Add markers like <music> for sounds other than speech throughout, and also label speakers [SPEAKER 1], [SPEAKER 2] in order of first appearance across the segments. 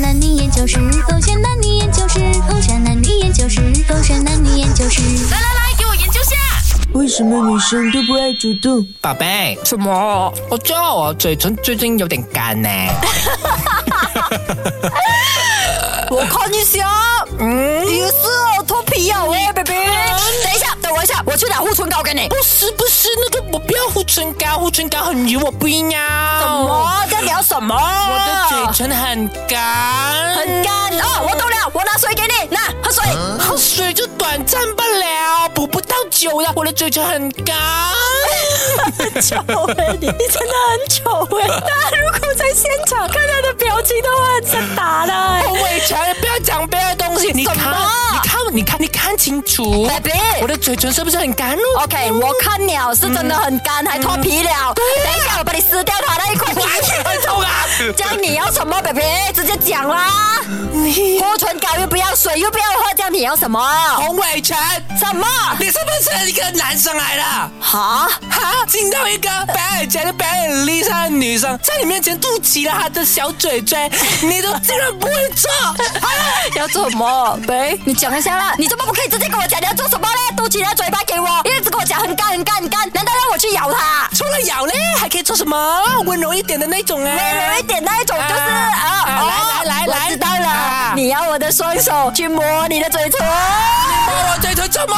[SPEAKER 1] 男女研究室，狗血男女研究室，狗血男女研究室，狗血男女研究室。
[SPEAKER 2] 来来来，给我研究下。
[SPEAKER 3] 为什么女生都不爱主动？
[SPEAKER 4] 宝贝，
[SPEAKER 5] 什么？
[SPEAKER 4] 我觉得我嘴唇最近有点干呢、
[SPEAKER 5] 我看一下，哎嗯，也是哦，脱皮呀、喂，baby，等一下，等我一下，我去拿护唇膏给你。
[SPEAKER 4] 不是不是，那个我不要护唇膏，护唇膏很油，我不要。
[SPEAKER 5] 什
[SPEAKER 4] 什？
[SPEAKER 5] 么？在聊什么？
[SPEAKER 4] 哦我的嘴
[SPEAKER 5] 我
[SPEAKER 4] 唇很干，
[SPEAKER 5] 很干哦，我懂了，我拿水给你，拿喝水。
[SPEAKER 4] 喝水就短暂不了，补不到酒了。我的嘴唇很干，
[SPEAKER 5] 丑哎、你你真的很丑哎、大家如果在现场看他的表情的话，很想打他、
[SPEAKER 4] <laughs> 我伟强，不要讲别的东西。你看，
[SPEAKER 5] 什么哎
[SPEAKER 4] 你看，你看，你看清楚
[SPEAKER 5] Baby
[SPEAKER 4] 我的嘴唇是不是很干哦
[SPEAKER 5] OK，我看了是真的很干，还脱皮了。等一下，我帮你撕掉它那一块皮。
[SPEAKER 4] 很痛啊！
[SPEAKER 5] <laughs> 这样你要什么，baby？直接讲啦。
[SPEAKER 4] 你
[SPEAKER 5] 护唇膏又不要水，又不要喝，这样你要什么？
[SPEAKER 4] 洪伟强，
[SPEAKER 5] 什么？
[SPEAKER 4] 你是不是一个男生来的？
[SPEAKER 5] 哈？
[SPEAKER 4] 哈，进到一个白眼前的白眼丽上的女生，在你面前肚脐了她的小嘴嘴，你都竟然不会做，
[SPEAKER 5] 要做什么？喂，你讲一下啦。你怎么不可以直接跟我讲你要做什么嘞？嘟起你的嘴巴给我，一直跟我讲很干很干很干，难道让我去咬它？
[SPEAKER 4] 除了咬嘞，还可以做什么？温柔一点的那种
[SPEAKER 5] 温柔
[SPEAKER 4] 哎
[SPEAKER 5] 一。点那一种就是
[SPEAKER 4] 啊
[SPEAKER 5] 啊
[SPEAKER 4] 啊
[SPEAKER 5] 哦
[SPEAKER 4] 来来来
[SPEAKER 5] 我知道
[SPEAKER 4] 来
[SPEAKER 5] 了
[SPEAKER 4] 啊。
[SPEAKER 5] 你要我的双手去摸你的嘴唇， <laughs>
[SPEAKER 4] 摸我嘴唇做什么？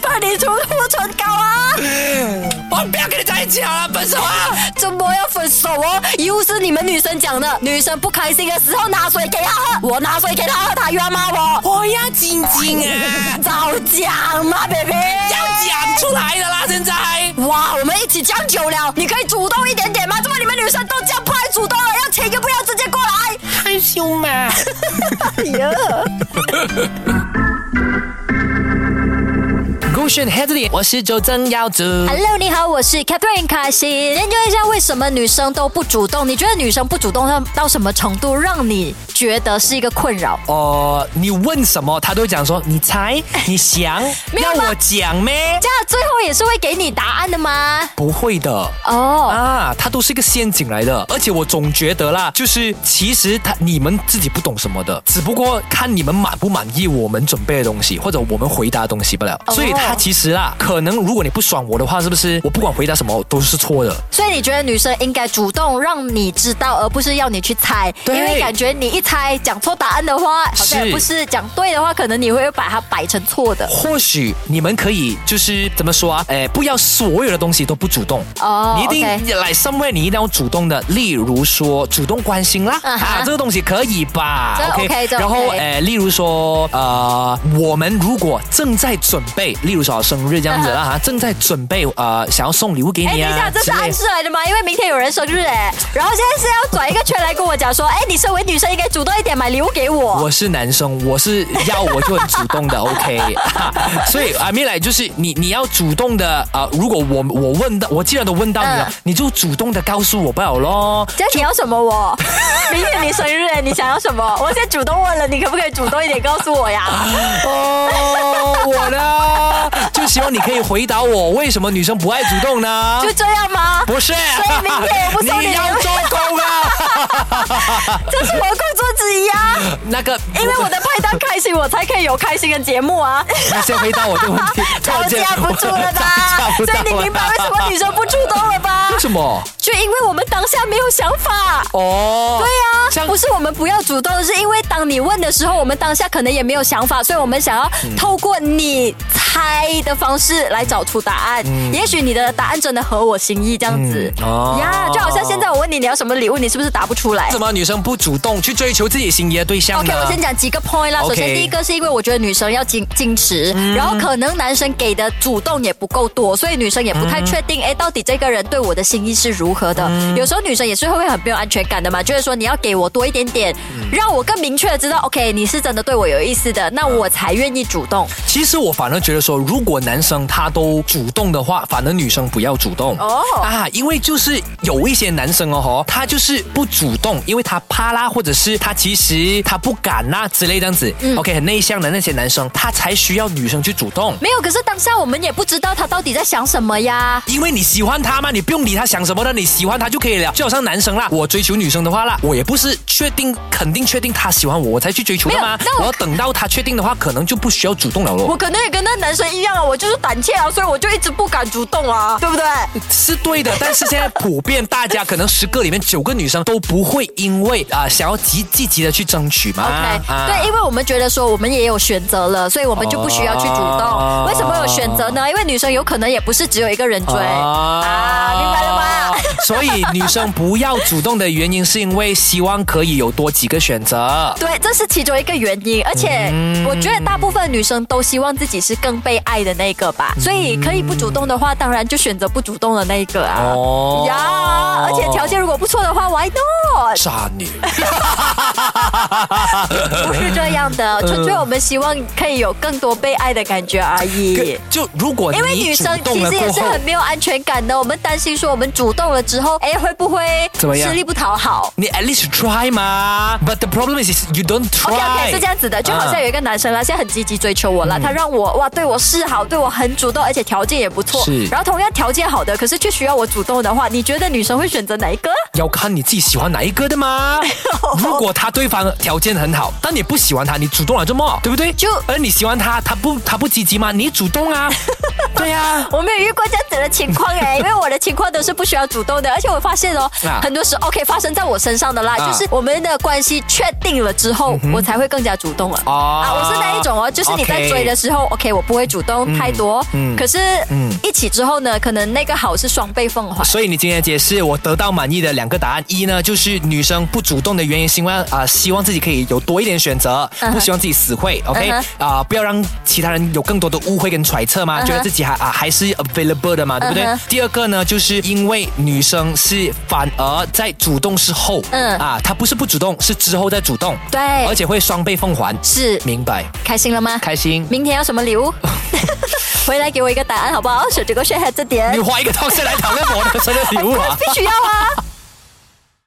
[SPEAKER 5] 帮你涂护唇膏啊。
[SPEAKER 4] 我不要跟你在一起好了，分手啊！
[SPEAKER 5] 怎么要分手哦？又是你们女生讲的，女生不开心的时候拿水给她喝，我拿水给她喝，她又要骂我。
[SPEAKER 4] 我要晶晶啊，
[SPEAKER 5] 早讲嘛，baby。
[SPEAKER 4] 要讲出来的啦，现在。
[SPEAKER 5] 哇，我们一起讲久了，你可以主动一点点吗？怎么你们女生都这样不爱主动了？要请又不要直接过来。哎
[SPEAKER 4] 害羞嘛。勾选 head 里，我是周正耀子。
[SPEAKER 1] <laughs> Hello，你好，我是 Catherine 开心。研究一下为什么女生都不主动？你觉得女生不主动到到什么程度，让你觉得是一个困扰？
[SPEAKER 4] 哦，你问什么，他都讲说你猜，你想，
[SPEAKER 1] 没有
[SPEAKER 4] 让
[SPEAKER 1] 吗
[SPEAKER 4] 我讲咩？
[SPEAKER 1] 这样最后也是会给你答案的吗？
[SPEAKER 4] 不会的。
[SPEAKER 1] 哦、
[SPEAKER 4] 啊，它都是一个陷阱来的，而且我总觉得啦，就是其实他你们自己不懂什么的，只不过看你们满不满意我们准备的东西，或者我们回答的东西不了。所以他其实啦，可能如果你不爽我的话，是不是我不管回答什么都是错的？
[SPEAKER 1] 所以你觉得女生应该主动让你知道，而不是要你去猜，因
[SPEAKER 4] 对
[SPEAKER 1] 为感觉你一猜讲错答案的话，好像
[SPEAKER 4] 是
[SPEAKER 1] 也不是讲对的话，可能你会把它摆成错的。
[SPEAKER 4] 或许你们可以就是怎么说啊？哎，不要所有的东西都不主动
[SPEAKER 1] 哦
[SPEAKER 4] 你一定
[SPEAKER 1] OK
[SPEAKER 4] 来 somewhere，你一定要主动的。例如说主动关心啦
[SPEAKER 1] 嗯哼
[SPEAKER 4] 啊，这个东西可以吧
[SPEAKER 1] 这 OK，这
[SPEAKER 4] 然后
[SPEAKER 1] OK
[SPEAKER 4] 哎，例如说呃，我们如果正在准备，例如说生日这样子啦哈，正在准备呃想要送礼物给
[SPEAKER 1] 嗯哎，等
[SPEAKER 4] 你
[SPEAKER 1] 一下，
[SPEAKER 4] 啊
[SPEAKER 1] 这
[SPEAKER 4] 之
[SPEAKER 1] 是
[SPEAKER 4] 类
[SPEAKER 1] 暗
[SPEAKER 4] 的。
[SPEAKER 1] 示来的吗？因为明天有人生日哎，然后现在是要转一个圈来跟我讲说，哎，你身为女生应该主动一点买礼物给我。
[SPEAKER 4] 我是男生，我是要我就很主动的
[SPEAKER 1] <laughs>
[SPEAKER 4] ，OK，哈 <laughs> 所以阿米来就是你你要主动的啊、呃如果我我问到，我既然都问到你了，
[SPEAKER 1] 嗯
[SPEAKER 4] 你就主动的告诉我不好咯。
[SPEAKER 1] 这样你要什么我？明天你生日哎，你想要什么？我现在主动问了，你可不可以主动一点告诉我
[SPEAKER 4] 啊
[SPEAKER 1] 呀？
[SPEAKER 4] 哦，我呢，就希望你可以回答我，为什么女生不爱主动呢？
[SPEAKER 1] 就这样吗？
[SPEAKER 4] 不是，
[SPEAKER 1] 所以明天我不送你
[SPEAKER 4] <laughs> 你要做工啊！
[SPEAKER 1] 这是我的工作之一啊，
[SPEAKER 4] 那个，
[SPEAKER 1] 因为我的派单开心，我才可以有开心的节目 <laughs> 啊。
[SPEAKER 4] 你先回答我这个问题， <laughs>
[SPEAKER 1] 招架 <laughs> 不住了吧
[SPEAKER 4] 招架？不
[SPEAKER 1] 所
[SPEAKER 4] 到啊
[SPEAKER 1] 以你明白为什么女生不主动了 <laughs> 吧
[SPEAKER 4] 为？什么？
[SPEAKER 1] 就因为我们当下没有想法。
[SPEAKER 4] 哦，
[SPEAKER 1] 对
[SPEAKER 4] 这
[SPEAKER 1] 啊，
[SPEAKER 4] 样
[SPEAKER 1] 不是我们不要主动，是因为当你问的时候，我们当下可能也没有想法，所以我们想要透过你猜的方式来找出答案。也许你的答案真的合我心意，这样子
[SPEAKER 4] 嗯哦
[SPEAKER 1] 呀，就好像现在我问你你要什么礼物，你是不是答不出来
[SPEAKER 4] 为什？么女生不主动去追求自己心仪的对象呢
[SPEAKER 1] OK，我先讲几个 point 啦。
[SPEAKER 4] OK
[SPEAKER 1] 首先，第一个是因为我觉得女生要矜矜持，然后可能男生给的主动也不够多，所以女生也不太确定，哎、到底这个人对我的心意是如何的。有时候女生也是会很没有安全感的嘛，就是说你要给我多一点点，让我更明确的知道，OK，你是真的对我有意思的，那我才愿意主动。
[SPEAKER 4] 其实我反而觉得说，如果男生他都主动的话，反而女生不要主动
[SPEAKER 1] 哦
[SPEAKER 4] 啊，因为就是有一些男生哦吼，他就是不主动，因为他怕啦，或者是他其其实他不敢呐、之类这样子、OK，很
[SPEAKER 1] 嗯
[SPEAKER 4] 内向的那些男生，他才需要女生去主动。
[SPEAKER 1] 没有，可是当下我们也不知道他到底在想什么呀。
[SPEAKER 4] 因为你喜欢他嘛，你不用理他想什么的，你喜欢他就可以了。就好像男生啦，我追求女生的话啦，我也不是确定肯定确定他喜欢我，我才去追求的嘛
[SPEAKER 1] 没有。那
[SPEAKER 4] 我
[SPEAKER 1] 我
[SPEAKER 4] 要等到他确定的话，可能就不需要主动了咯
[SPEAKER 5] 我。可能也跟那男生一样啊，我就是胆怯啊，所以我就一直不敢主动啊，对不对？
[SPEAKER 4] 是对的，但是现在普遍大家可能十个里面九个女生都不会因为啊、想要积积极的去争取嘛。
[SPEAKER 1] OK，、
[SPEAKER 4] 啊
[SPEAKER 1] 对，因为我们觉得说我们也有选择了，所以我们就不需要去主动。
[SPEAKER 4] 哦
[SPEAKER 1] 为什么有选择呢？因为女生有可能也不是只有一个人追
[SPEAKER 4] 哦
[SPEAKER 1] 啊，明白了吗？？
[SPEAKER 4] 所以女生不要主动的原因，是因为希望可以有多几个选择。
[SPEAKER 1] <laughs> 对，这是其中一个原因，而且
[SPEAKER 4] 嗯
[SPEAKER 1] 我觉得大部分女生都希望自己是更被爱的那个
[SPEAKER 4] 嗯
[SPEAKER 1] 吧，所以可以不主动的话，当然就选择不主动的那一个啊。
[SPEAKER 4] 哦
[SPEAKER 1] 呀，而且条件如果不错的话，Why not？
[SPEAKER 4] 渣
[SPEAKER 1] <laughs>
[SPEAKER 4] 女。
[SPEAKER 1] 不是这样的，纯
[SPEAKER 4] 嗯
[SPEAKER 1] 粹我们希望可以有更多被爱的感觉而已。
[SPEAKER 4] 就如果
[SPEAKER 1] 因为
[SPEAKER 4] 你
[SPEAKER 1] 女
[SPEAKER 4] 主
[SPEAKER 1] 生
[SPEAKER 4] 动
[SPEAKER 1] 其
[SPEAKER 4] 了
[SPEAKER 1] 实也
[SPEAKER 4] 过
[SPEAKER 1] 是
[SPEAKER 4] 后
[SPEAKER 1] 很，没有安全感的，我们担心说我们主动了之后，哎，会不会
[SPEAKER 4] 怎么样
[SPEAKER 1] 吃力不讨好
[SPEAKER 4] 你 at least try 嘛。But the problem is is you don't try。
[SPEAKER 1] ？OK OK，是这样子的，就好像有一个男生
[SPEAKER 4] 嗯
[SPEAKER 1] 啦，现在很积极追求我啦，他让我哇对我示好，对我很主动，而且条件也不错
[SPEAKER 4] 是。
[SPEAKER 1] 然后同样条件好的，可是却需要我主动的话，你觉得女生会选择哪
[SPEAKER 4] <laughs>
[SPEAKER 1] 一个？
[SPEAKER 4] 要看你自己喜欢哪一个
[SPEAKER 1] <laughs>
[SPEAKER 4] 的嘛。如果他对方条件很好，但你不喜欢他，你主动了这么，对不对？
[SPEAKER 1] 就
[SPEAKER 4] 而你喜欢他，他不他不积极吗？你主
[SPEAKER 1] <laughs>
[SPEAKER 4] 动啊，对啊呀、
[SPEAKER 1] 我没有遇过这样子的情况
[SPEAKER 4] <laughs>
[SPEAKER 1] 哎、因为我的情况都是不需要主动的，而且我发现哦，
[SPEAKER 4] 啊
[SPEAKER 1] 很多时候 OK 发生在我身上的啦，
[SPEAKER 4] 啊嗯
[SPEAKER 1] 就是我们的关系确定了之后，我才会更加主动了。
[SPEAKER 4] 哦
[SPEAKER 1] 啊，我是那一种哦，就是你在
[SPEAKER 4] OK 嗯
[SPEAKER 1] 追的时候 o k 我不会主动太多，可是一起之后呢，可能那个好是双倍奉还。
[SPEAKER 4] 所以你今天的解释我得到满意的两个答案，一呢就是女生不主动的原因，是因为啊、希望自己可以有多一点选择，
[SPEAKER 1] 嗯哼
[SPEAKER 4] 不希望自己死会，OK 啊、
[SPEAKER 1] 嗯
[SPEAKER 4] 不要让其他人有更多的误会跟揣测嘛，
[SPEAKER 1] 嗯哼
[SPEAKER 4] 觉得自己还啊、还是 available 的嘛，对不对？
[SPEAKER 1] 嗯哼
[SPEAKER 4] 第二个呢，就是因为女生是反而在主动之后，
[SPEAKER 1] 嗯
[SPEAKER 4] 啊，她不是不主动，是之后再主动，
[SPEAKER 1] 对
[SPEAKER 4] 而且会双倍奉还，
[SPEAKER 1] 是
[SPEAKER 4] 明白？
[SPEAKER 1] 开心了吗？
[SPEAKER 4] 开心。
[SPEAKER 1] 明天要什么
[SPEAKER 4] <laughs>
[SPEAKER 1] 礼物？回来给我一个答案好不好？选这个选还这点 <laughs>
[SPEAKER 4] 你，花一个套下来讨论我的生日礼物啊！
[SPEAKER 1] 必须要啊！